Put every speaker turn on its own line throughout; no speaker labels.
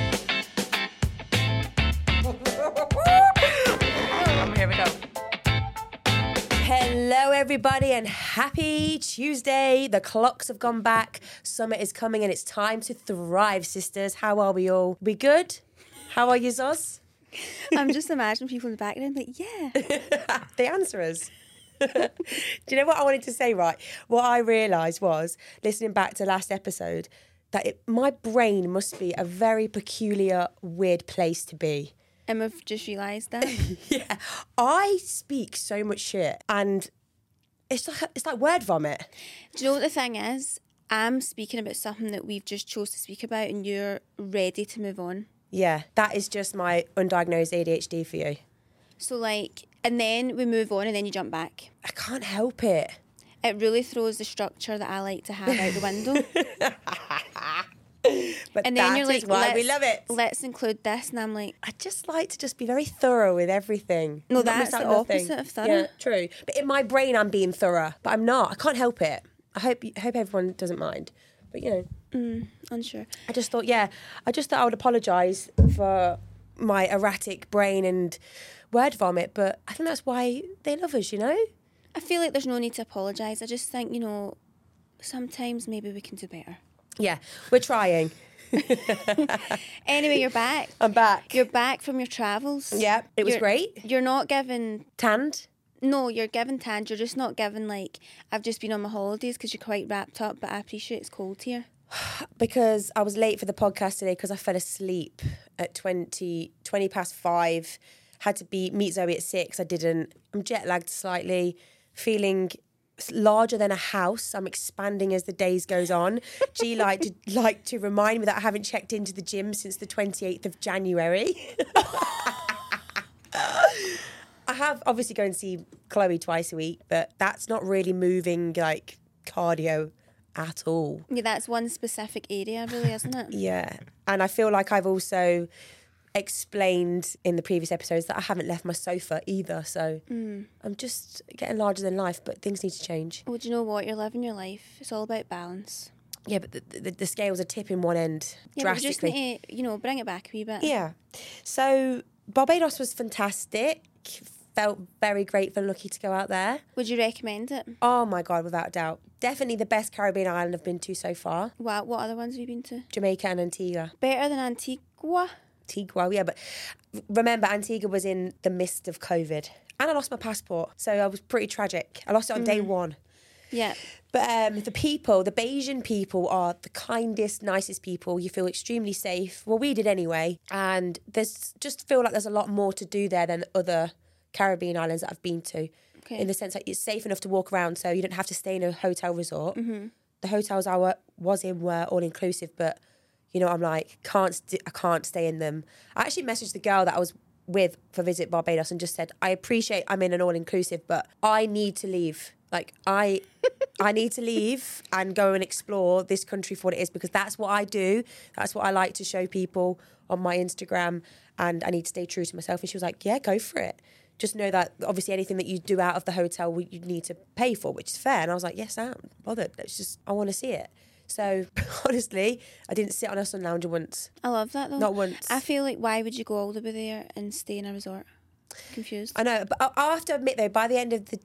Here we go. Hello, everybody, and happy Tuesday. The clocks have gone back. Summer is coming, and it's time to thrive, sisters. How are we all? We good? How are you, Zoz?
I'm just imagining people in the background like, yeah,
the answerers. Do you know what I wanted to say, right? What I realised was, listening back to last episode, that it, my brain must be a very peculiar, weird place to be.
Emma have just realised that.
Yeah. I speak so much shit and it's like it's like word vomit.
Do you know what the thing is? I'm speaking about something that we've just chose to speak about, and you're ready to move on.
Yeah, that is just my undiagnosed ADHD for you.
So like, and then we move on, and then you jump back.
I can't help it.
It really throws the structure that I like to have out the window.
But
and then
that
you're like,
is why we
"Let's-
love it.
Let's include this, and I'm like,
I just like to just be very thorough with everything.
No,
Not miss
that's
out
the
on
opposite of thorough.
Yeah, true. But in my brain, I'm being thorough, but I'm not. I can't help it. I hope I hope everyone doesn't mind. But you know,
unsure.
I just thought, yeah, I just thought I would apologise for my erratic brain and word vomit. But I think that's why they love us, you know.
I feel like there's no need to apologise. I just think you know, sometimes maybe we can do better.
Yeah, we're trying.
Anyway, you're back.
I'm back.
You're back from your travels.
Oh. Yeah, it was
You're-
great.
You're not given
Tanned.
No, you're given tanned. You're just not given like I've just been on my holidays because you're quite wrapped up. But I appreciate it's cold here.
because I was late for the podcast today because I fell asleep at 20, 20 past five. Had to be meet Zoe at six. I didn't. I'm jet lagged slightly, feeling s- larger than a house. I'm expanding as the days goes on. G like to like to remind me that I haven't checked into the gym since the 28th of January. I have obviously go and see Chloe twice a week, but that's not really moving like cardio at all.
Yeah, that's one specific area, really, isn't it?
Yeah. And I feel like I've also explained in the previous episodes that I haven't left my sofa either. So I'm just getting larger than life, but things need to change.
Well, do you know what? You're living your life. It's all about balance.
Yeah, but the, the, the scales are tipping one end
Yeah, but we just
drastically.
need to, you know, bring it back a wee bit.
Yeah. So Barbados was fantastic. Felt very grateful and lucky to go out there.
Would you recommend it?
Oh my God, without a doubt. Definitely the best Caribbean island I've been to so far
Wow, what other ones have you been to?
Jamaica and Antigua.
Better than Antigua.
Antigua. Yeah, but remember, Antigua was in the midst of COVID, and I lost my passport, so I was pretty tragic. I lost it on day one.
Yeah.
But um, the people, the Bayesian people, are the kindest, nicest people. You feel extremely safe. Well, we did anyway, and there's just feel like there's a lot more to do there than other Caribbean islands that I've been to.
Okay.
In the sense that it's safe enough to walk around, so you don't have to stay in a hotel resort. The hotels I wa- was in were all inclusive, but you know, I'm like, can't st- I can't stay in them. I actually messaged the girl that I was with for Visit Barbados and just said, I appreciate I'm in an all inclusive, but I need to leave. Like I I need to leave and go and explore this country for what it is because that's what I do. That's what I like to show people on my Instagram and I need to stay true to myself. And she was like, Yeah, go for it. Just know that obviously anything that you do out of the hotel we- you need to pay for, which is fair. And I was like, Yes, I'm bothered. It's just I want to see it. So honestly, I didn't sit on a sun lounger once.
I love that though.
Not once.
I feel like why would you go all the way there and stay in a resort? Confused.
I know, but I- I'll have to admit though, by the end of the,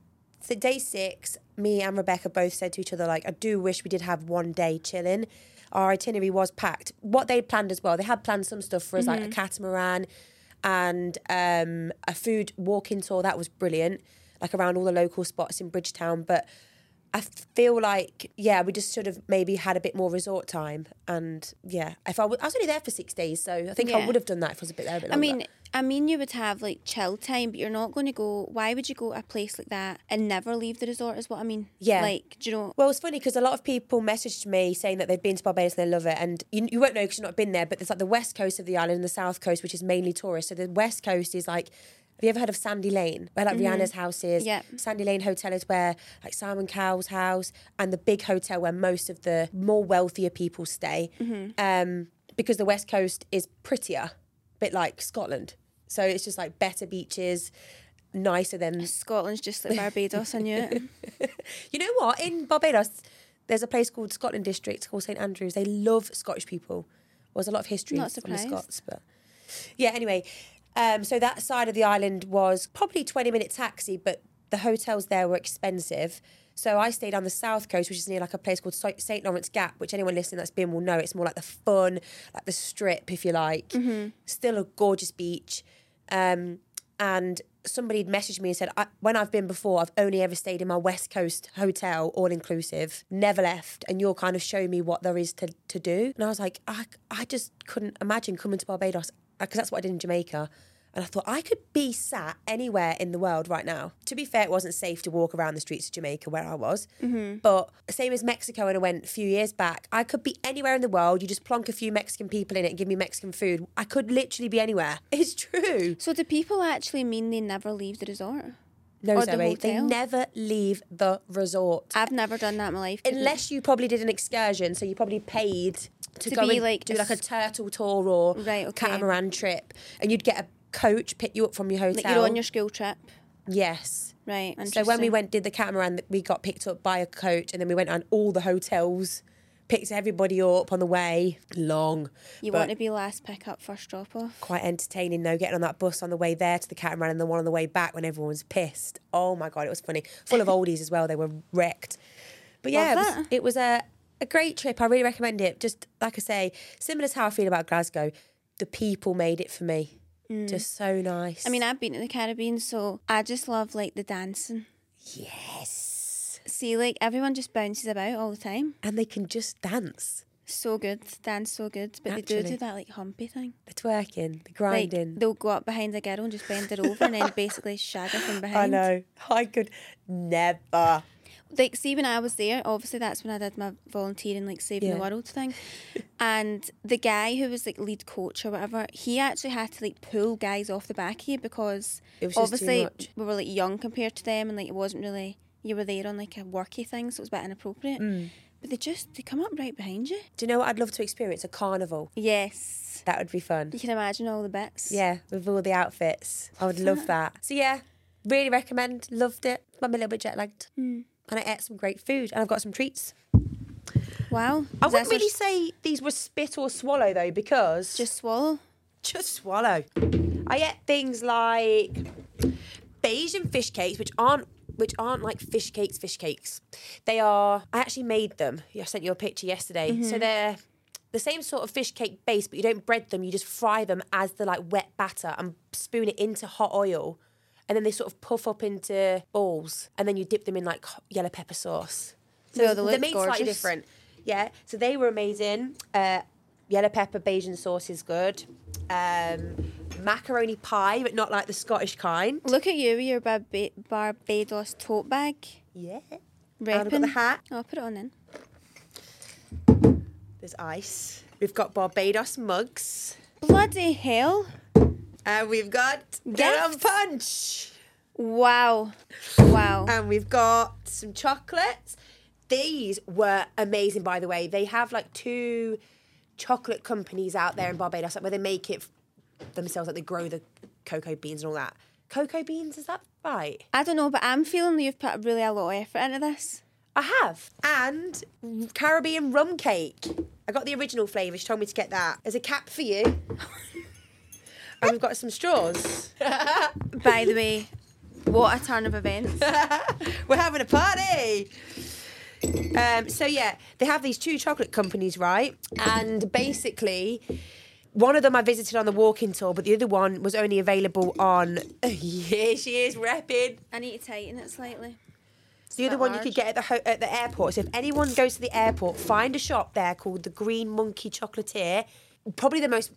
the day six, me and Rebecca both said to each other, like, I do wish we did have one day chilling. Our itinerary was packed. What they planned as well, they had planned some stuff for us,
Mm-hmm.
like a catamaran and um, a food walking tour. That was brilliant, like around all the local spots in Bridgetown. But I feel like, yeah, we just should have maybe had a bit more resort time. And yeah, if I w- I was only there for six days, so I think I
Yeah.
would have done that if I was a bit there a bit
I
longer.
mean, I mean, you would have like chill time, but you're not going to go. Why would you go to a place like that and never leave the resort? Is what I mean.
Yeah.
Like, do you know?
Well, it's funny because a lot of people messaged me saying that they've been to Barbados and they love it, and you, you won't know because you've not been there. But there's like the west coast of the island and the south coast, which is mainly tourists. So the west coast is like. Have you ever heard of Sandy Lane, where like Rihanna's house is?
Yeah.
Sandy Lane Hotel is where like Simon Cowell's house and the big hotel where most of the more wealthier people stay, um, because the west coast is prettier, a bit like Scotland. So it's just like better beaches, nicer than
Scotland's just like Barbados, I knew it.
you know what? In Barbados, there's a place called Scotland District called St Andrews. They love Scottish people. Well, there's a lot of history
Not
on the
surprised.
Scots, but yeah. Anyway, um, so that side of the island was probably 20 minute taxi, but the hotels there were expensive. So I stayed on the south coast, which is near like a place called St Lawrence Gap, which anyone listening that's been will know. It's more like the fun, like the strip, if you like.
Mm-hmm.
Still a gorgeous beach. Um, and somebody had messaged me and said, I, when I've been before, I've only ever stayed in my West Coast hotel, all inclusive, never left. And you're kind of showing me what there is to, to do. And I was like, I, I just couldn't imagine coming to Barbados because that's what I did in Jamaica. And I thought I could be sat anywhere in the world right now. To be fair, it wasn't safe to walk around the streets of Jamaica where I was. But same as Mexico, when I went a few years back, I could be anywhere in the world. You just plonk a few Mexican people in it and give me Mexican food. I could literally be anywhere. It's true.
So do people actually mean they never leave the resort?
No,
Or the
Zoe, they
hotel.
never leave the resort
I've never done that in my life. couldn't-
unless you probably did an excursion. So you probably paid to,
To
go
be
and
like
do
a
like a
s-
turtle tour or
Right, okay.
catamaran trip, and you'd get a coach pick you up from your hotel.
like you're on your school trip,
yes.
right?
So when we
interesting.
went did the catamaran, we got picked up by a coach, and then we went on all the hotels, picked everybody up on the way. Long.
you
but-
want to be last pick up, first drop off.
quite entertaining though, getting on that bus on the way there to the catamaran and the one on the way back when everyone was pissed. Oh my god, it was funny. Full of oldies as well. They were wrecked. But yeah, it
Love
was,
that.
it was a a great trip. I really recommend it. Just like I say, similar to how I feel about Glasgow, the people made it for me. Just so nice.
Mm. I mean, I've been to the Caribbean, so I just love like the dancing.
yes.
See, like everyone just bounces about all the time.
And they can just dance.
So good, dance so good, but they do
Naturally.
do that like humpy thing.
The twerking, the
Like
grinding.
they'll go up behind a girl and just bend her over and then basically shag her from
I
behind.
know. I could never.
Like see when I was there, obviously that's when I did my volunteering like saving the
Yeah.
world thing. and the guy who was like lead coach or whatever, he actually had to like pull guys off the back of you because
It was just too
obviously
much.
we were like young compared to them and like it wasn't really you were there on like a worky thing, so it was a bit inappropriate.
Mm.
But they just they come up right behind you.
Do you know what I'd love to experience? A carnival.
Yes.
That would be fun.
You can imagine all the bits.
Yeah, with all the outfits. I would love that. So yeah, really recommend. Loved it. I'm a little bit jet lagged. And I ate some great food and I've got some treats.
Wow.
I
Is that
wouldn't
sort
really
of-
say these were spit or swallow though, because
just swallow.
just swallow. I ate things like Bayesian fish cakes, which aren't which aren't like fish cakes, fish cakes. They are I actually made them. I sent you a picture yesterday. So they're the same sort of fish cake base, but you don't bread them, you just fry them as the like wet batter and spoon it into hot oil. And then they sort of puff up into balls, and then you dip them in like hot yellow pepper sauce. So
No, they
they're
look
made slightly
Oh, gorgeous.
different. Yeah, so they were amazing. Uh, yellow pepper Bayesian sauce is good. Um, macaroni pie, but not like the Scottish kind.
Look at you with your Barba- Barbados tote bag.
Yeah. I've got
Repping.
the hat.
Oh, put it on then.
There's ice. We've got Barbados mugs.
Bloody hell.
And we've got Get on Punch.
Wow. Wow.
and we've got some chocolates. These were amazing, by the way. They have like two chocolate companies out there in Barbados, like where they make it f- themselves, like they grow the cocoa beans and all that. Cocoa beans, is that right?
I don't know, but I'm feeling that you've put really a lot of effort into this.
I have. And Caribbean rum cake. I got the original flavour. She told me to get that. There's a cap for you. and we've got some straws.
By the way, what a turn of events.
We're having a party. Um, so yeah, they have these two chocolate companies, right? And basically, one of them I visited on the walking tour, but the other one was only available on. yeah, she is repping.
I need to tighten it slightly.
The other
that
one you
large?
could get at the ho- at the airport. So if anyone goes to the airport, find a shop there called the Green Monkey Chocolatier. Probably the most,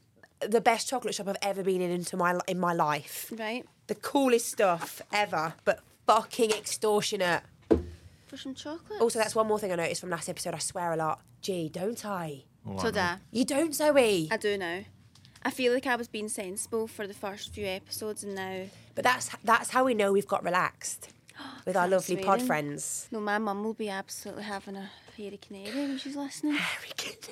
the best chocolate shop I've ever been in into my li- in my life.
Right.
The coolest stuff ever, but fucking extortionate.
For some chocolate.
Also, Oh, that's one more thing I noticed from last episode. I swear a lot. Gee, don't I?
So da.
You don't, Zoe.
I do now. I feel like I was being sensible for the first few episodes and now
But that's that's how we know we've got relaxed with our lovely pod
Fascinating.
friends.
no my mum will be absolutely having a hairy canary when she's listening.
Very good.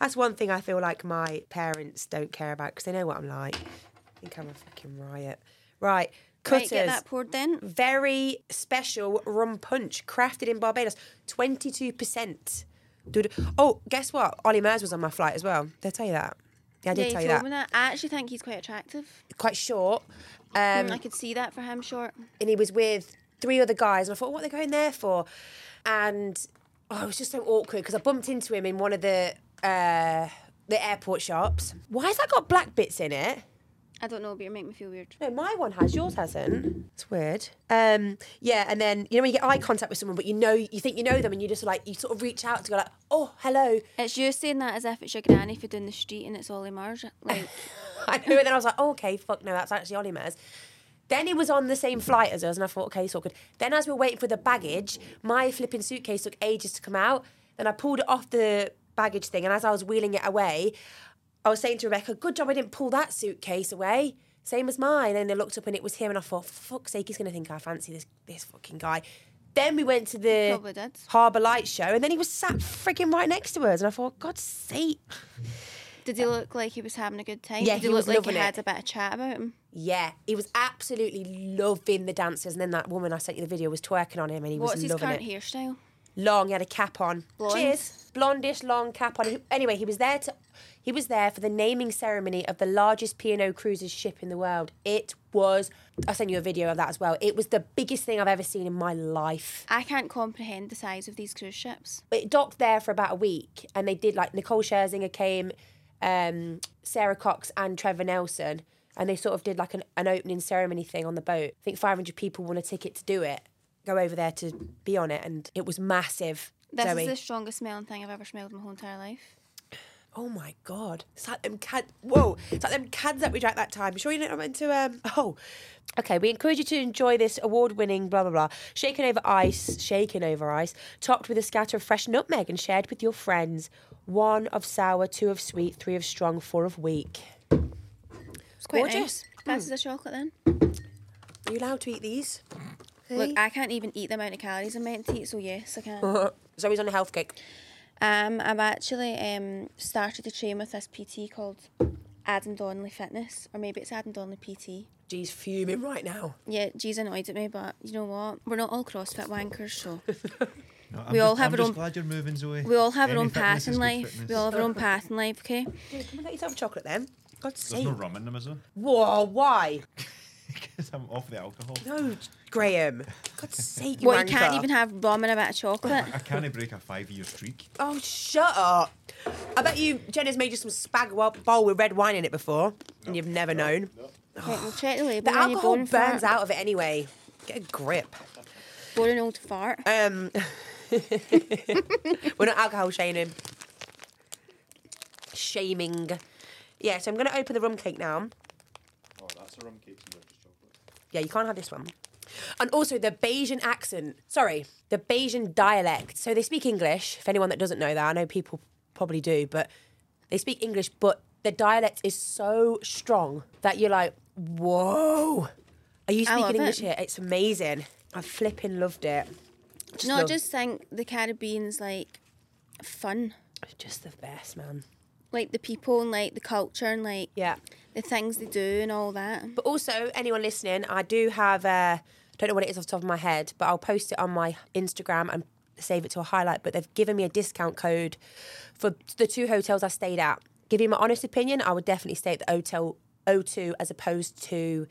That's one thing I feel like my parents don't care about because they know what I'm like. I think I'm a fucking riot. Right,
Right,
cutters.
get that poured then.
Very special rum punch crafted in Barbados. Twenty-two percent. Dude. Oh, guess what? Ollie Mers was on my flight as well. Did I tell you that? Yeah, I did
yeah,
tell
you
you
told
that.
me that. I actually think he's quite attractive.
Quite short.
Mm, I could see that for him short.
and he was with three other guys, and I thought, what are they going there for? And oh, it was just so awkward because I bumped into him in one of the uh, the airport shops. Why has that got black bits in it?
I don't know, but you're making me feel weird.
No, my one has. Yours hasn't. It's weird. Um, yeah, and then you know when you get eye contact with someone, but you know you think you know them, and you just like you sort of reach out to go like, oh, hello.
It's you saying that as if it's your granny if you're down the street and it's Ollie Mars. Like
I know. And then I was like, oh, okay, fuck no, that's actually Ollie Mers. Then he was on the same flight as us, and I thought, okay, it's awkward. Then as we were waiting for the baggage, my flipping suitcase took ages to come out. Then I pulled it off the baggage thing, and as I was wheeling it away, I was saying to Rebecca, good job I didn't pull that suitcase away. Same as mine. And I looked up and it was him, and I thought, for fuck's sake, he's going to think I fancy this, this fucking guy. Then we went to
probably
the
did.
Harbour Lights show, and then he was sat freaking right next to us. And I thought, God's sake.
did he look like he was having a good time?
Yeah,
did
he
look
was
like he
loving it.
had a bit of chat about him?
Yeah, he was absolutely loving the dancers, and then that woman I sent you the video was twerking on him, and he
What's
was
his
loving
current
it.
hairstyle?
Long, he had a cap on.
Blonde?
Cheers, blondish, long cap on. Anyway, he was there to, he was there for the naming ceremony of the largest P and O cruises ship in the world. It was. I sent you a video of that as well. It was the biggest thing I've ever seen in my life.
I can't comprehend the size of these cruise ships.
It docked there for about a week, and they did like Nicole Scherzinger came, um, Sarah Cox, and Trevor Nelson. And they sort of did like an, an opening ceremony thing on the boat. I think 500 people won a ticket to do it, go over there to be on it. And it was massive.
This
Zoe.
is the strongest smelling thing I've ever smelled in my whole entire life.
Oh my God. It's like them cans. Whoa. It's like them cans that we drank that time. Sure you didn't meant to. Um, oh. Okay, we encourage you to enjoy this award winning blah, blah, blah. Shaken over ice, shaken over ice, topped with a scatter of fresh nutmeg and shared with your friends. One of sour, two of sweet, three of strong, four of weak.
It's eh? quite
Gorgeous.
nice. That's the chocolate then.
Are you allowed to eat these?
Look, I can't even eat the amount of calories I'm meant to eat, so yes, I can.
Zoe's on a health kick.
um, I've actually um started to train with this PT called Adam Donnelly Fitness, or maybe it's Adam Donnelly PT.
Gee's fuming right now.
Yeah, G's annoyed at me, but you know what? We're not all CrossFit wankers, so we all have
I'm
our
just
own.
glad you're moving, Zoe.
We all have
Any
our own
fitness
path
is
in
good
life. We
fitness.
all have our own path in life, okay?
Dude, come and get yourself a chocolate then. God's
There's
sake.
no rum in them, is there?
Whoa, why?
Because I'm um, off the alcohol.
No, Graham. God's sake, you
Well, you can't
wanker.
even have rum and a bit of chocolate.
I can't break a five-year streak.
Oh, shut up. I bet you Jenna's made you some spag wo- bowl with red wine in it before, and you've never known.
Right, we'll check the label.
The
when you're
alcohol
going for
burns
it.
out of it anyway. Get a grip.
Boring old fart.
Um, we're not alcohol shaming. Shaming. Yeah, so I'm going to open the rum cake now.
Oh, that's a rum cake. chocolate.
Yeah, you can't have this one. And also the Bayesian accent. Sorry, the Bayesian dialect. So they speak English. If anyone that doesn't know that, I know people probably do, but they speak English, but the dialect is so strong that you're like, whoa. Are you
I love
speaking English
it.
here? It's amazing. I flipping loved it. Just
no,
love-
I just think the Caribbean's like fun,
just the best, man.
like the people and like the culture and like
Yeah.
the things they do and all that.
But also, anyone listening, I do have uh, I don't know what it is off the top of my head, but I'll post it on my Instagram and save it to a highlight. But they've given me a discount code for the two hotels I stayed at. Give you my honest opinion, I would definitely stay at the hotel O2 as opposed to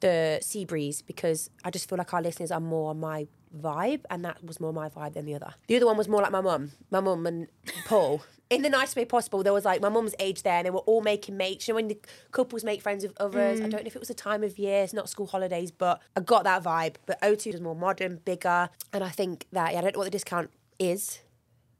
the Sea Breeze because I just feel like our listeners are more my vibe, and that was more my vibe than the other. The other one was more like my mum, my mum and Paul. In the nicest way possible, there was like my mum's age there, and they were all making mates. You know, when the couples make friends with others, I don't know if it was a time of year, it's not school holidays, but I got that vibe. But O2 was more modern, bigger, and I think that, yeah, I don't know what the discount is,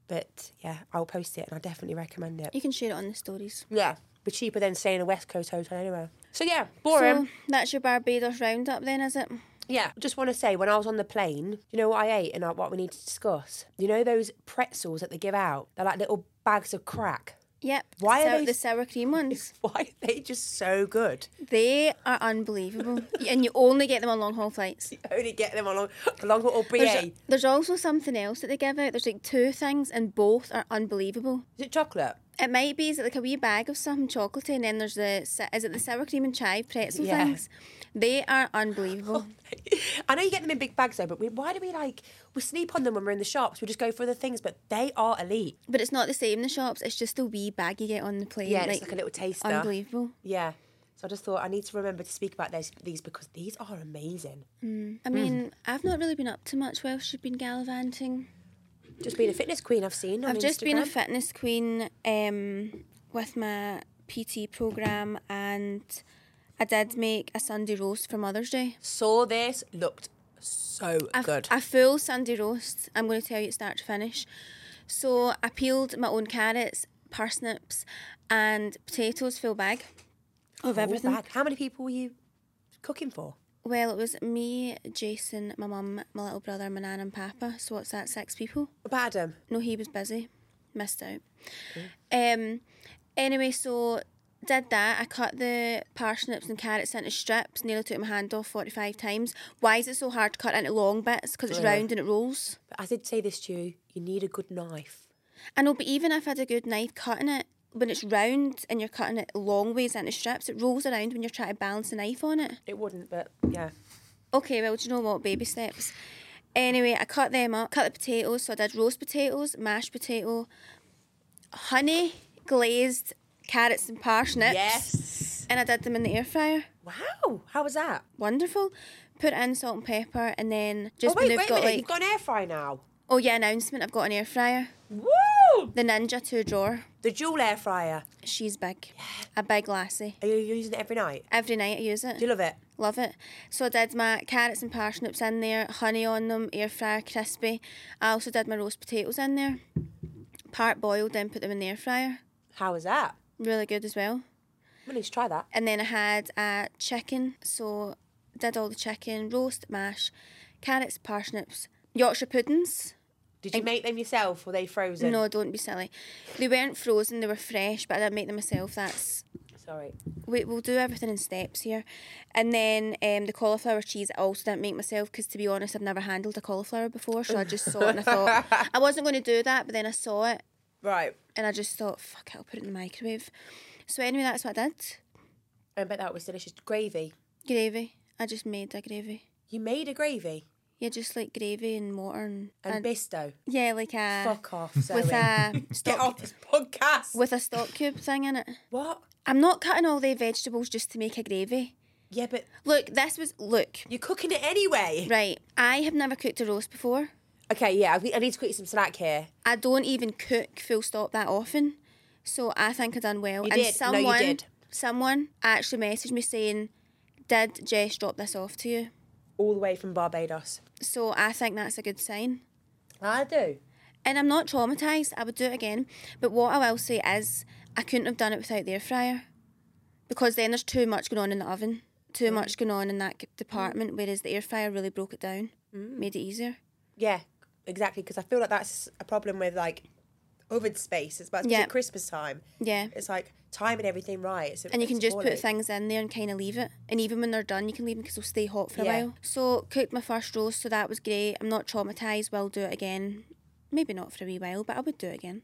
but yeah, I'll post it and I definitely recommend it.
You can share it on the stories.
Yeah, but cheaper than staying in a West Coast hotel anywhere. So yeah, boring.
So that's your Barbados roundup, then, is it?
Yeah, just want to say when I was on the plane, you know what I ate and uh, what we need to discuss? You know those pretzels that they give out? They're like little bags of crack.
Yep.
Why are
Sou-
they-
the sour cream ones?
Why are they just so good?
They are unbelievable, and you only get them on long haul flights.
I only get them along along with Aubrey.
There's,
Is
there's also something else that they give out. There's like two things, and both are unbelievable.
it chocolate?
It might be is it like a wee bag of something chocolatey, and then there's the sa- is it the sour cream and chive pretzel
Yeah.
things? They are unbelievable.
I know you get them in big bags though, but we, why do we like we sleep on them when we're in the shops? We just go for other things, but they are elite.
But it's not the same in the shops. It's just the wee bag you get on the plane.
Yeah, and it's like a little taster.
Unbelievable.
Yeah. So I just thought I need to remember to speak about those, these because these are amazing.
I
Mm.
mean, I've not really been up to much whilst you've been gallivanting.
Just being a fitness queen, I've seen. On
I've just been a
Instagram.
fitness queen um, with my PT program, and I did make a Sunday roast for Mother's Day.
Saw this looked so
a,
good.
a full Sunday roast. I'm going to tell you it start to finish. So I peeled my own carrots, parsnips, and potatoes full bag of
Whole
everything.
bag. How many people were you cooking for?
Well, it was me, Jason, my mum, my little brother, my nan, and papa. So what's that? Six people.
About Adam.
No, he was busy. Missed out. Um. Anyway, so did that. I cut the parsnips and carrots into strips. Nearly took my hand off forty-five times. Why is it so hard to cut into long bits? Because it's
Yeah.
round and it rolls.
But I did say this to you. You need a good knife.
I know, but even if I had a good knife cutting it, when it's round and you're cutting it long ways into strips, it rolls around when you're trying to balance a knife on it.
It wouldn't, but yeah.
Okay, well, do you know what? Baby steps. Anyway, I cut them up, cut the potatoes. So I did roast potatoes, mashed potato, honey glazed carrots and parsnips.
Yes.
And I did them in the air fryer.
Wow. How was that?
Wonderful. Put in salt and pepper, and then just
oh
when
wait,
they've
wait a
got
minute.
like,
You've got an air fryer now.
oh yeah, announcement. I've got an air fryer,
Woo!
the Ninja two drawer.
The dual air fryer.
She's big, a big lassie.
Are you using it every night?
Every night I use it.
Do you love it?
Love it. So I did my carrots and parsnips in there, honey on them, air fryer crispy. I also did my roast potatoes in there, part boiled, then put them in the air fryer.
How was that?
Really good as well.
I need to try that.
And then I had a chicken, so did all the chicken, roast, mash, carrots, parsnips, Yorkshire puddings.
Did you make them yourself? Were they frozen?
No, don't be silly. They weren't frozen, they were fresh, but I did make them myself. That's
Sorry.
we, we'll do everything in steps here. And then um, the cauliflower cheese, I also didn't make myself because, to be honest, I've never handled a cauliflower before. So I just saw it and I thought, I wasn't going to do that, but then I saw it
Right.
and I just thought, fuck it, I'll put it in the microwave. So anyway, that's what I did.
I bet that was delicious. Gravy.
Gravy. I just made a gravy.
You made a gravy
Yeah, just like gravy and water and.
and, uh,
and-
bisto.
yeah, like a.
Fuck off, Zoe.
With a,
Get
stock,
off this podcast.
with a stock cube thing in it.
what?
I'm not cutting all the vegetables just to make a gravy.
Yeah, but
Look, this was. Look.
you're cooking it anyway.
Right. I have never cooked a roast before.
Okay, yeah, I I need to cook you some snack here.
I don't even cook full stop that often. So I think I done well.
You did. No, you did.
someone actually messaged me saying, Did Jess drop this off to you?
All the way from Barbados.
So I think that's a good sign.
I do.
And I'm not traumatised, I would do it again. But what I will say is I couldn't have done it without the air fryer. Because then there's too much going on in the oven, too much going on in that c- department, whereas the air fryer really broke it
Mm.
down, made it easier.
Yeah, exactly. Because I feel like that's a problem with like oven space. It's about to be
Yeah.
Christmas time.
Yeah.
It's like timing everything right. So
And you
it's
can just
quality.
put things in there and kind of leave it. And even when they're done, you can leave them because they'll stay hot for
Yeah.
a while. So cooked my first roast, so that was great. I'm not traumatized. Will do it again. Maybe not for a wee while, but I would do it again.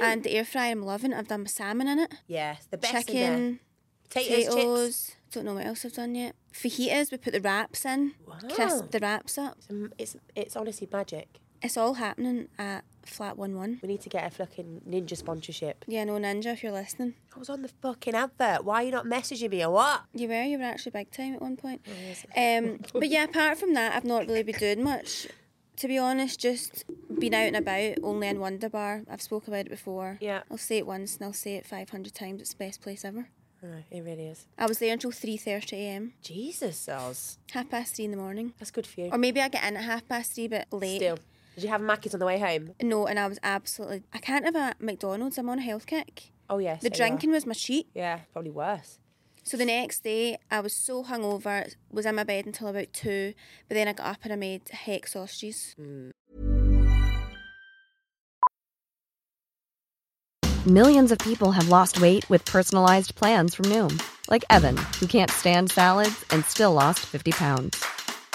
And the air fryer, I'm loving. it. I've done my salmon in it,
Yeah, the best in there.
chicken,
Potatoes,
potatoes.
chips.
Don't know what else I've done yet. Fajitas, we put the wraps in,
Wow.
crisp the wraps up.
Mm, It's it's honestly magic.
It's all happening at Flat One One.
We need to get a fucking ninja sponsorship.
Yeah, no ninja if you're listening.
I was on the fucking advert. Why are you not messaging me or what?
You were, you were actually big time at one point. Um, but yeah, apart from that, I've not really been doing much. To be honest, just been out and about, only in Wonder Bar. I've spoke about it before.
Yeah.
I'll say it once and I'll say it 500 times. It's the best place ever.
No, it really is.
I was there until 3.30am,
Jesus, Oz.
half past three in the morning.
That's good for you.
Or maybe I get in at half past three, but late.
Still. Did you have Mackey's on the way home?
No, and I was absolutely... I can't have a McDonald's. I'm on a health kick.
Oh, yes.
The drinking was my cheat.
Yeah, probably worse.
So the next day, I was so hungover, was in my bed until about two, but then I got up and I made heck sausages.
Millions of people have lost weight with personalized plans from Noom, like Evan, who can't stand salads and still lost 50 pounds.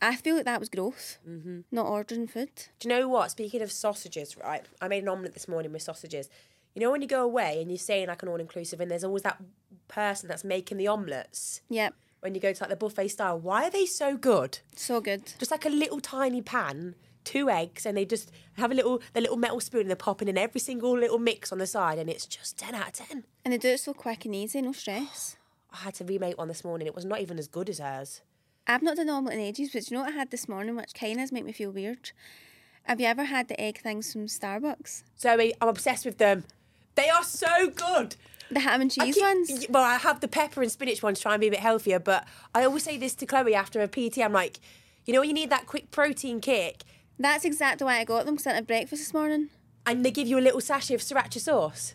I feel like that was growth, mm-hmm. not ordering food.
Do you know what? Speaking of sausages, right? I made an omelette this morning with sausages. You know when you go away and you're staying like an all-inclusive, and there's always that person that's making the omelettes
Yep,
when you go to like the buffet style. Why are they so good?
so good.
Just like a little tiny pan, two eggs, and they just have a little the little metal spoon and they're popping in every single little mix on the side, and it's just ten out of ten.
And they do it so quick and easy, no stress.
I had to remake one this morning. It was not even as good as hers.
I've not done omelette in ages, but do you know what I had this morning, which kind of make me feel weird? Have you ever had the egg things from Starbucks?
Zoe, eh, I'm obsessed with them. They are so good.
The ham and
I
cheese
keep-
ones?
Well, I have the pepper and spinach one to try and be a bit healthier, but I always say this to Chloe after a PT. I'm like, you know, when you need that quick protein kick,
That's exactly why I got them, because I had breakfast this morning.
and they give you a little sachet of sriracha sauce.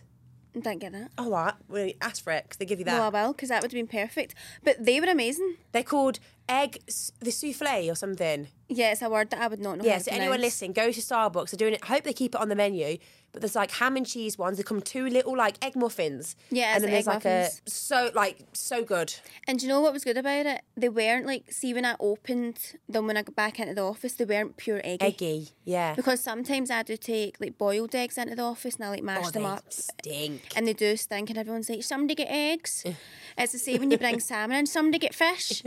I didn't get that.
Oh, what? Well, ask for it because they give you that.
No, I will, because that would have been perfect. But they were amazing.
They're called egg s- the souffle or something.
Yeah, it's a word that I would not know.
Yeah.
how to
So anyone
pronounce.
listening, go to Starbucks. They're doing it. I hope they keep it on the menu. But there's like ham and cheese ones. They come two little like egg muffins.
Yeah,
And
it's
then
egg
there's like
muffins.
a so like so good.
And do you know what was good about it? They weren't like, see, when I opened them when I got back into the office, they weren't pure eggy.
Eggy. Yeah.
Because sometimes I do take like boiled eggs into the office and I like mash
Oh,
them
they
up.
Stink.
And they do stink, and everyone's like, somebody get eggs. it's the same when you bring salmon in, somebody get fish.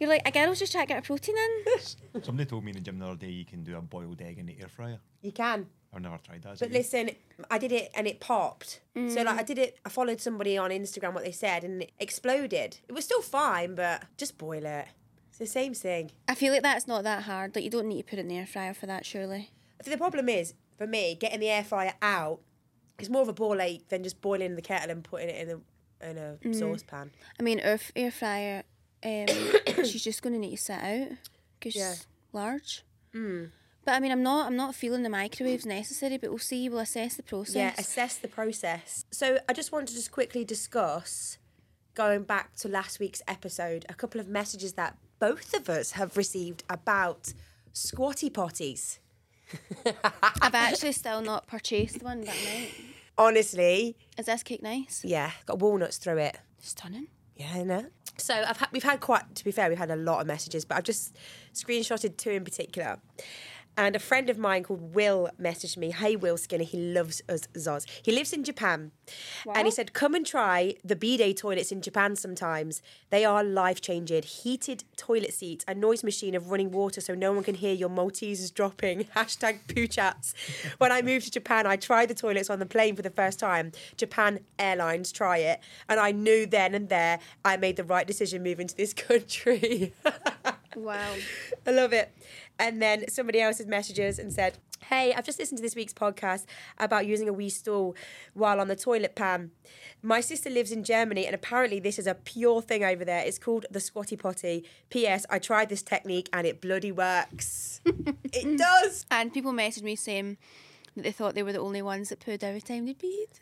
You're like, a girl's just trying to get her protein in.
Somebody told me in the gym the other day you can do a boiled egg in the air fryer.
You can.
I've never tried that. is
But
it good?
listen, I did it and it popped. So like I did it. I followed somebody on Instagram what they said and it exploded. It was still fine, but just boil it. It's the same thing.
I feel like that's not that hard. Like, you don't need to put it in the air fryer for that, surely.
I think the problem is for me getting the air fryer out is more of a ball ache than just boiling the kettle and putting it in a in a saucepan.
I mean, our f- air fryer, um, she's just going to need to sit out because
Yeah. Hmm.
she's large. But I mean, I'm not, I'm not feeling the microwave's necessary. But we'll see. We'll assess the process.
Yeah, assess the process. So I just want to just quickly discuss going back to last week's episode, a couple of messages that both of us have received about squatty potties.
I've actually still not purchased one. That night.
Honestly,
Is this cake nice?
yeah, got walnuts through it.
Stunning.
Yeah, I know. So I've ha- we've had quite, to be fair, we've had a lot of messages, but I've just screenshotted two in particular. And a friend of mine called Will messaged me, Hey, Will Skinner, he loves us Zoz. He lives in Japan. And he said, Come and try the B Day toilets in Japan sometimes. They are life changing. Heated toilet seats, a noise machine of running water so no one can hear your Maltesers dropping. Hashtag poo chats. When I moved to Japan, I tried the toilets on the plane for the first time. Japan Airlines, try it. And I knew then and there I made the right decision moving to this country.
Wow.
I love it. And then somebody else's messages and said, Hey, I've just listened to this week's podcast about using a wee stool while on the toilet, Pam. My sister lives in Germany, and apparently, this is a pure thing over there. It's called the squatty potty. P.S. I tried this technique and it bloody works. it does.
And people messaged me saying that they thought they were the only ones that pooed every time they'd peed.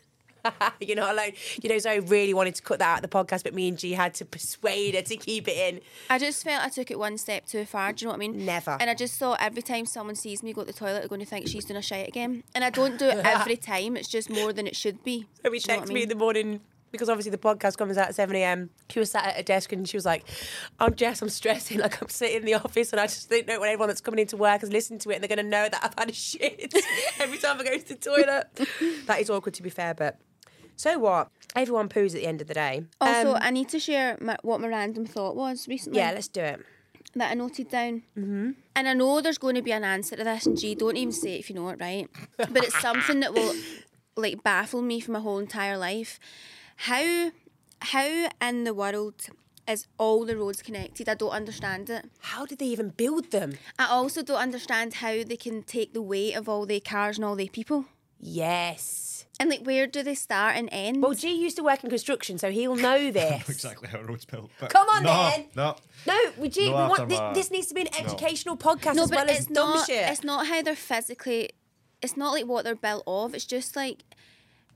You're not alone. You know, Zoe really wanted to cut that out of the podcast, but me and G had to persuade her to keep it in.
I just felt I took it one step too far. Do you know what I mean?
Never.
And I just thought every time someone sees me go to the toilet, they're going to think she's doing a shite again. And I don't do it every time. It's just more than it should be.
So we
Do you
texted
know what I
me
mean?
in the morning because obviously the podcast comes out at 7 a.m. She was sat at a desk and she was like, I'm Jess, I'm stressing. Like, I'm sitting in the office and I just don't know when everyone that's coming into work has listened to it and they're going to know that I've had a shit every time I go to the toilet. that is awkward, to be fair, but so what? Everyone poos at the end of the day. Um,
Also, I need to share my, what my random thought was recently.
yeah, let's do it.
that I noted down. Mm-hmm. And I know there's going to be an answer to this, and gee, don't even say it if you know it, right? But it's something that will like baffle me for my whole entire life. How how in the world is all the roads connected? I don't understand it.
How did they even build them?
I also don't understand how they can take the weight of all their cars and all their people.
Yes.
And like, where do they start and end?
Well, G used to work in construction, so he'll know this.
exactly how roads built. but-
Come on
no,
then.
No.
No, we, G,
No
we want, thi-
aftermath.
this needs to uh, be an educational podcast
no,
as
but
well
it's
as dumb
not.
shit.
It's not how they're physically. It's not like what they're built of. It's just like,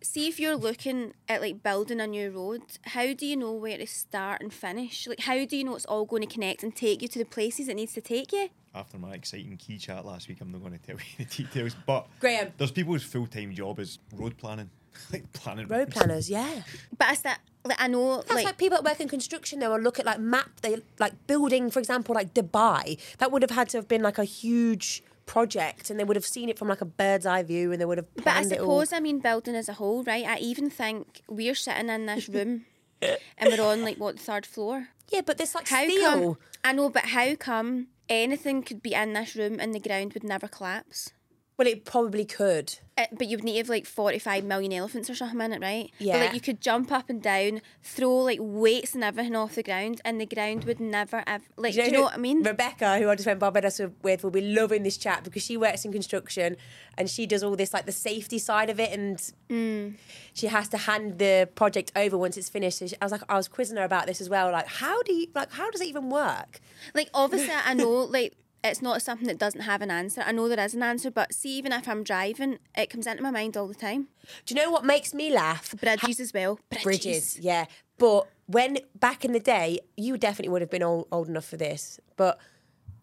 see if you're looking at like building a new road. How do you know where to start and finish? Like, how do you know it's all going to connect and take you to the places it needs to take you?
After my exciting key chat last week, I'm not going to tell you the details. But
Graham.
there's people whose full time job is road planning, like planning
Road
roads.
planners, yeah.
But it's that. Like, I know.
That's like, people that work in construction. They will look at like map. They like building, for example, like Dubai. That would have had to have been like a huge project, and they would have seen it from like a bird's eye view, and they would have.
But I
planned it all.
suppose I mean building as a whole, right? I even think we're sitting in this room and we're on like what the third floor.
Yeah, but there's like
How
steel.
come? I know, but how come anything could be in this room and the ground would never collapse?
Well, it probably could.
Uh, but you'd need to have like 45 million elephants or something in it, right? But
Yeah.
like you could jump up and down, throw like weights and everything off the ground, and the ground would never ever. Like, do you know,
who-
what I mean?
Rebecca, who I just went Barbados with, will be loving this chat because she works in construction and she does all this like the safety side of it, and
Mm.
she has to hand the project over once it's finished. So she- I was like, I was quizzing her about this as well. Like, how do you like? How does it even work?
Like, obviously, I know, like, it's not something that doesn't have an answer. I know there is an answer, but see, even if I'm driving, it comes into my mind all the time.
Do you know what makes me laugh?
Bridges as well. Bridges.
Bridges, yeah. But when back in the day, you definitely would have been old, old enough for this. But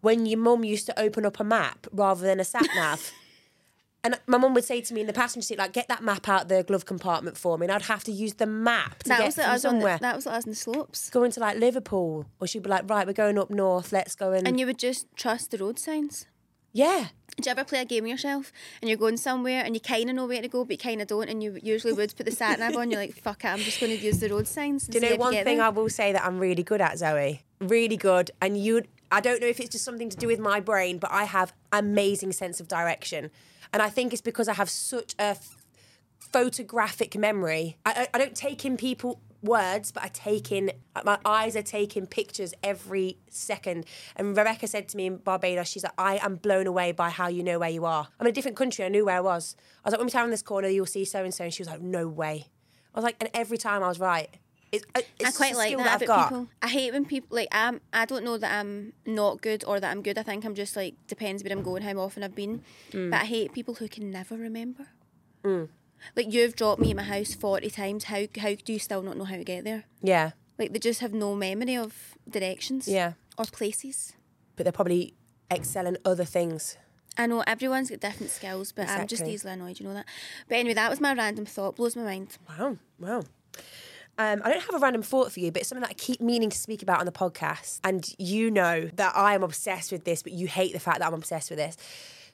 when your mum used to open up a map rather than a sat nav, and my mum would say to me in the passenger seat, like, "Get that map out the glove compartment for me," and I'd have to use the map to
That
get
was, like
from
us on
somewhere.
the, that was like us on the slopes.
Going to like Liverpool, or she'd be like, "Right, we're going up north. Let's go and,
And you would just trust the road signs.
yeah."
Do you ever play a game yourself and you're going somewhere and you kind of know where to go, but you kind of don't, and you usually would put the sat nav on? You're like, fuck it, I'm just going to use the road signs. and
Do you
see
know
if
one
get
thing
there."
I will say that I'm really good at, Zoe? Really good. And you, I don't know if it's just something to do with my brain, but I have amazing sense of direction, and I think it's because I have such a f- photographic memory. I, I- I don't take in people words, but I take in like my eyes are taking pictures every second. And Rebecca said to me in Barbados, she's like, I am blown away by how you know where you are. I'm in a different country. I knew where I was. I was like, when we turn on this corner, you'll see so and so, and she was like, No way. I was like, and every time I was right. It's, uh, it's
I
just a
quite like
skill
that,
I've
about
got.
people. I hate when people like I'm. I don't know that I'm not good or that I'm good. I think I'm just like depends where I'm going, how often I've been.
Mm.
But I hate people who can never remember. Like you've dropped me at my house forty times. How how do you still not know how to get there?
Yeah,
Like they just have no memory of directions.
Yeah.
Or places.
but they're probably excel in other things.
I know everyone's got different skills, but I'm just
Exactly.
easily annoyed, you know that. But anyway, that was my random thought. Blows my mind.
Wow, wow. Um, I don't have a random thought for you, but it's something that I keep meaning to speak about on the podcast. And you know that I am obsessed with this, but you hate the fact that I'm obsessed with this.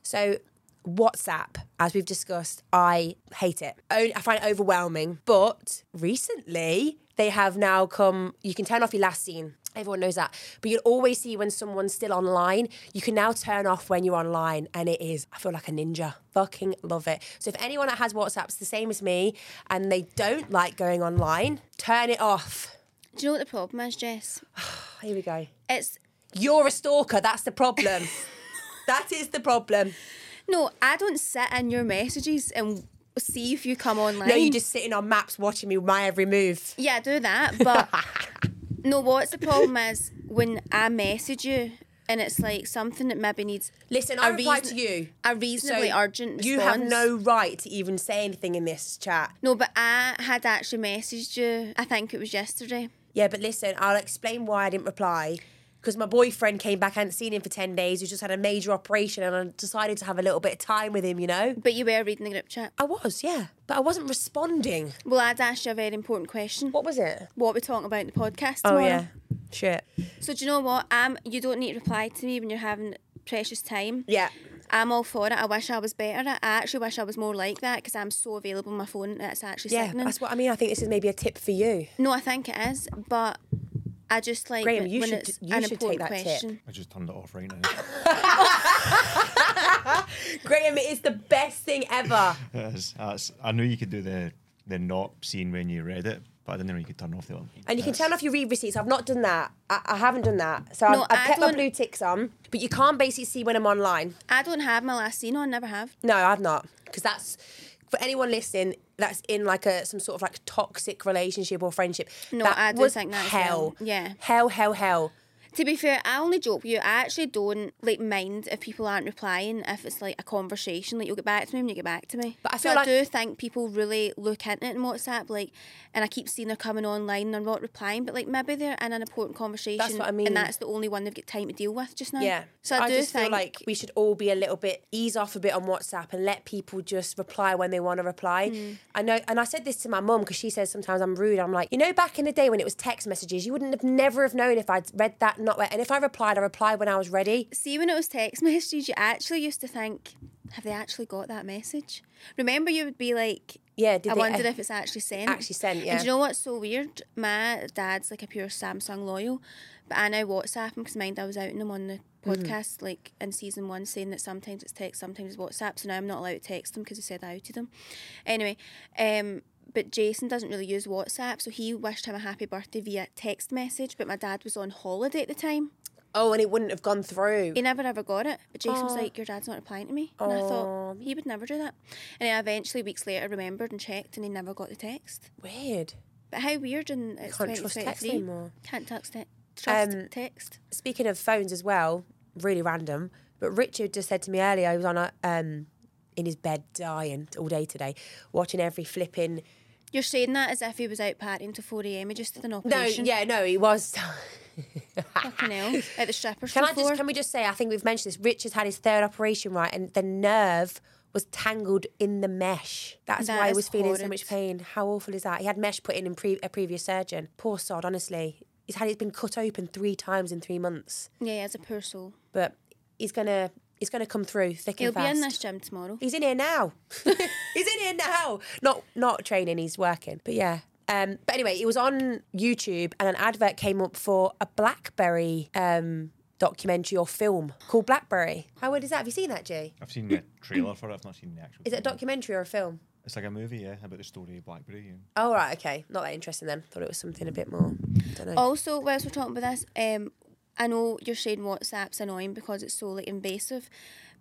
So WhatsApp, as we've discussed, I hate it. O- I find it overwhelming. But recently, they have now come, you can turn off your last scene. Everyone knows that. But you'll always see when someone's still online, you can now turn off when you're online. And it is, I feel like a ninja. Fucking love it. So if anyone that has WhatsApp's the same as me and they don't like going online, turn it off.
Do you know what the problem is, Jess?
Here we go.
It's
You're a stalker. That's the problem. that is the problem.
no, I don't sit in your messages and see if you come online.
No, you're just sitting on maps watching me my every move.
Yeah, do that. But no, what's the problem is when I message you and it's like something that maybe needs
Listen,
a
I replied
reason-
to you.
a reasonably
So
urgent.
You have
response.
no right to even say anything in this chat.
No, but I had actually messaged you. I think it was yesterday.
Yeah, but listen, I'll explain why I didn't reply. Because my boyfriend came back, I hadn't seen him for 10 days. He just had a major operation, and I decided to have a little bit of time with him, you know?
But you were reading the group chat.
I was, yeah. But I wasn't responding.
Well, I'd asked you a very important question.
What was it?
What we're talking about in the podcast tomorrow.
Oh, Shit.
So do you know what? Um, you don't need to reply to me when you're having precious time.
Yeah.
I'm all for it. I wish I was better. at it. I actually wish I was more like that because I'm so available on my phone. That's actually
Yeah,
sickening.
that's what I mean. I think this is maybe a tip for you.
No, I think it is, but I just like
Graham,
when-
you
when
should-
it's
you
an
should take
important
that tip.
question.
I just turned it off right now.
Graham, it is the best thing ever.
That's- that's- uh, I knew you could do the the not seeing when you read it, but I didn't know you could turn off the.
And you can turn off your read receipts. I've not done that. I, I haven't done that. So
No,
I've, I've
I
kept my
don't-
blue ticks on, but you can't basically see when I'm online.
I don't have my last scene on, never have.
No, I've not, because that's for anyone listening that's in like a some sort of like toxic relationship or friendship.
No,
that
I do
was
think that as well.
hell.
Yeah.
hell, hell, hell.
To be fair, I only joke with you. I actually don't like mind if people aren't replying if it's like a conversation. Like you'll get back to me when you get back to me.
But I
So
feel like-
I do think people really look into it in WhatsApp, like, and I keep seeing they're coming online and they're not replying, but like maybe they're in an important conversation.
what I mean.
And that's the only one they've got time to deal with just now.
Yeah.
So I, do
just
think
feel like we should all be a little bit ease off a bit on WhatsApp and let people just reply when they want to reply.
Hmm.
I know, and I said this to my mum because she says sometimes I'm rude. I'm like, you know, back in the day when it was text messages, you wouldn't have never have known if I'd read that, not read. And if I replied, I replied when I was ready.
See, when it was text messages, you actually used to think, have they actually got that message? Remember, you would be like,
Yeah, did
I
they- uh,
wonder if it's actually sent.
actually sent,
And
yeah.
do you know what's so weird? My dad's like a pure Samsung loyal, but I now WhatsApp him because mind I was outing him on the
Mm-hmm.
podcast, like in season one, saying that sometimes it's text, sometimes it's WhatsApp. So now I'm not allowed to text him because he said I outed him. Anyway, um. But Jason doesn't really use WhatsApp, so he wished him a happy birthday via text message. But my dad was on holiday at the time.
Oh, and it wouldn't have gone through.
He never ever got it. But Jason was like, Your dad's not replying to me. And I thought, He would never do that. And I eventually, weeks later, remembered and checked, and he never got the text.
Weird.
But how weird and it's
Can't trust text
2023.
anymore.
Can't text it. Trust
Um,
text.
Speaking of phones as well, really random, but Richard just said to me earlier, he was on a, um, in his bed dying all day today, watching every flipping.
You're saying that as if he was out partying till 4 a.m. He just did an
No,
operation.
yeah, no, he was.
Fucking hell. At the strippers
Can I
before.
just? Can we just say? I think we've mentioned this. Richard's had his third operation, right? And the nerve was tangled in the mesh. That's
That
why he
is
was feeling so
horrid.
much pain. How awful is that? He had mesh put in in pre- a previous surgeon. Poor sod, honestly. He's had it been cut open three times in three months,
Yeah, as a poor soul.
but he's gonna he's gonna come through thick
He'll
and fast.
be in this gym tomorrow.
He's in here now. He's in here now. Not not training. He's working. But yeah. Um, but anyway, it was on YouTube, and an advert came up for a BlackBerry um, documentary or film called BlackBerry. How weird is that? Have you seen that, Jay?
I've seen the trailer for it. I've not seen the actual.
Is it a
film.
documentary or a film?
It's like a movie, yeah, about the story of BlackBerry. And
Oh right, okay. Not that interesting then. Thought it was something a bit more. Don't know.
Also, whilst we're talking about this, um, I know you're saying WhatsApp's annoying because it's so like invasive,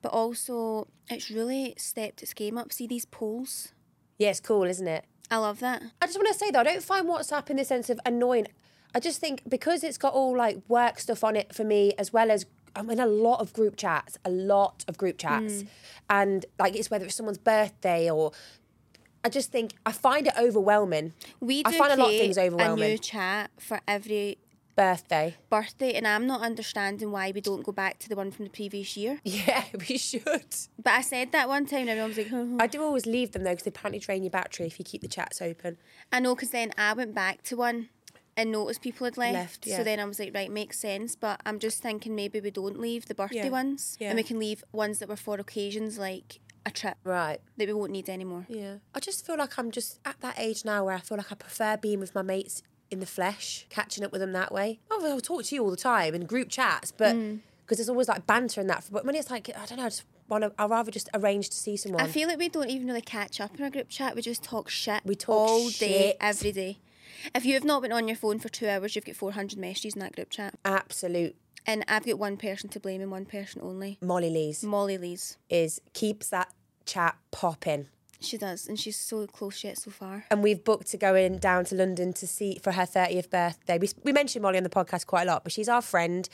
but also it's really stepped its game up. See these polls?
Yeah, it's cool, isn't it?
I love that.
I just want to say though, I don't find WhatsApp in the sense of annoying. I just think because it's got all like work stuff on it for me, as well as I'm in a lot of group chats, a lot of group chats, and like it's whether it's someone's birthday or. I just think I find it overwhelming.
We
I
do
find a lot of
create
things overwhelming.
A new chat for every
birthday.
birthday, and I'm not understanding why we don't go back to the one from the previous year.
Yeah, we should.
But I said that one time, and everyone was like,
I do always leave them though because they apparently drain your battery if you keep the chats open.
I know, because then I went back to one. and noticed people had left.
Left, yeah.
So then I was like, right, makes sense. But I'm just thinking maybe we don't leave the birthday
Yeah,
ones,
yeah.
and we can leave ones that were for occasions like a trip
Right.
that we won't need anymore.
Yeah. I just feel like I'm just at that age now where I feel like I prefer being with my mates in the flesh, catching up with them that way. Oh, I'll talk to you all the time in group chats, but because
Mm.
there's always like banter and that. But when it's like, I don't know, I just want to, I'd rather just arrange to see someone.
I feel like we don't even really catch up in our group chat. We just talk shit.
We talk
all
shit.
day, every day. If you have not been on your phone for two hours, you've got 400 messages in that group chat.
Absolute
And I've got one person to blame and one person only.
Molly Lee's
Molly Lee's.
is keeps that chat popping.
She does, and she's so close yet so far.
and we've booked to go in down to London to see for her 30th birthday. We, we mentioned Molly on the podcast quite a lot, but she's our friend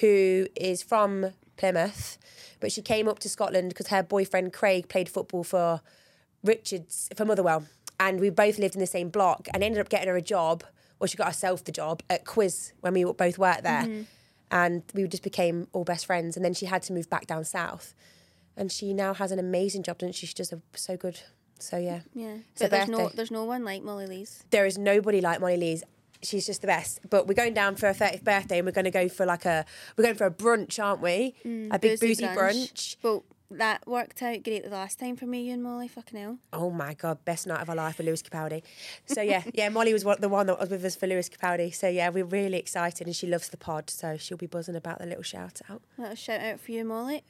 who is from Plymouth, but she came up to Scotland because her boyfriend Craig played football for Richards for Motherwell, and we both lived in the same block and ended up getting her a job. Well, she got herself the job at Quiz when we both worked there.
Mm-hmm.
And we just became all best friends. And then she had to move back down south. And she now has an amazing job, doesn't she? She does a, so good. So, yeah.
Yeah,
It's her
but there's no
birthday.
there's no one like Molly Lee's.
there is nobody like Molly Lee's. She's just the best. But we're going down for her 30th birthday and we're going to go for like a, we're going for a brunch, aren't we? a big boozy brunch.
Well, that worked out great the last time for me, you and Molly. Fucking hell.
Oh my God, best night of our life with Lewis Capaldi. So yeah, yeah, Molly was one- the one that was with us for Lewis Capaldi. So yeah, we're really excited and she loves the pod. So she'll be buzzing about the little shout out.
Little shout out for you, Molly.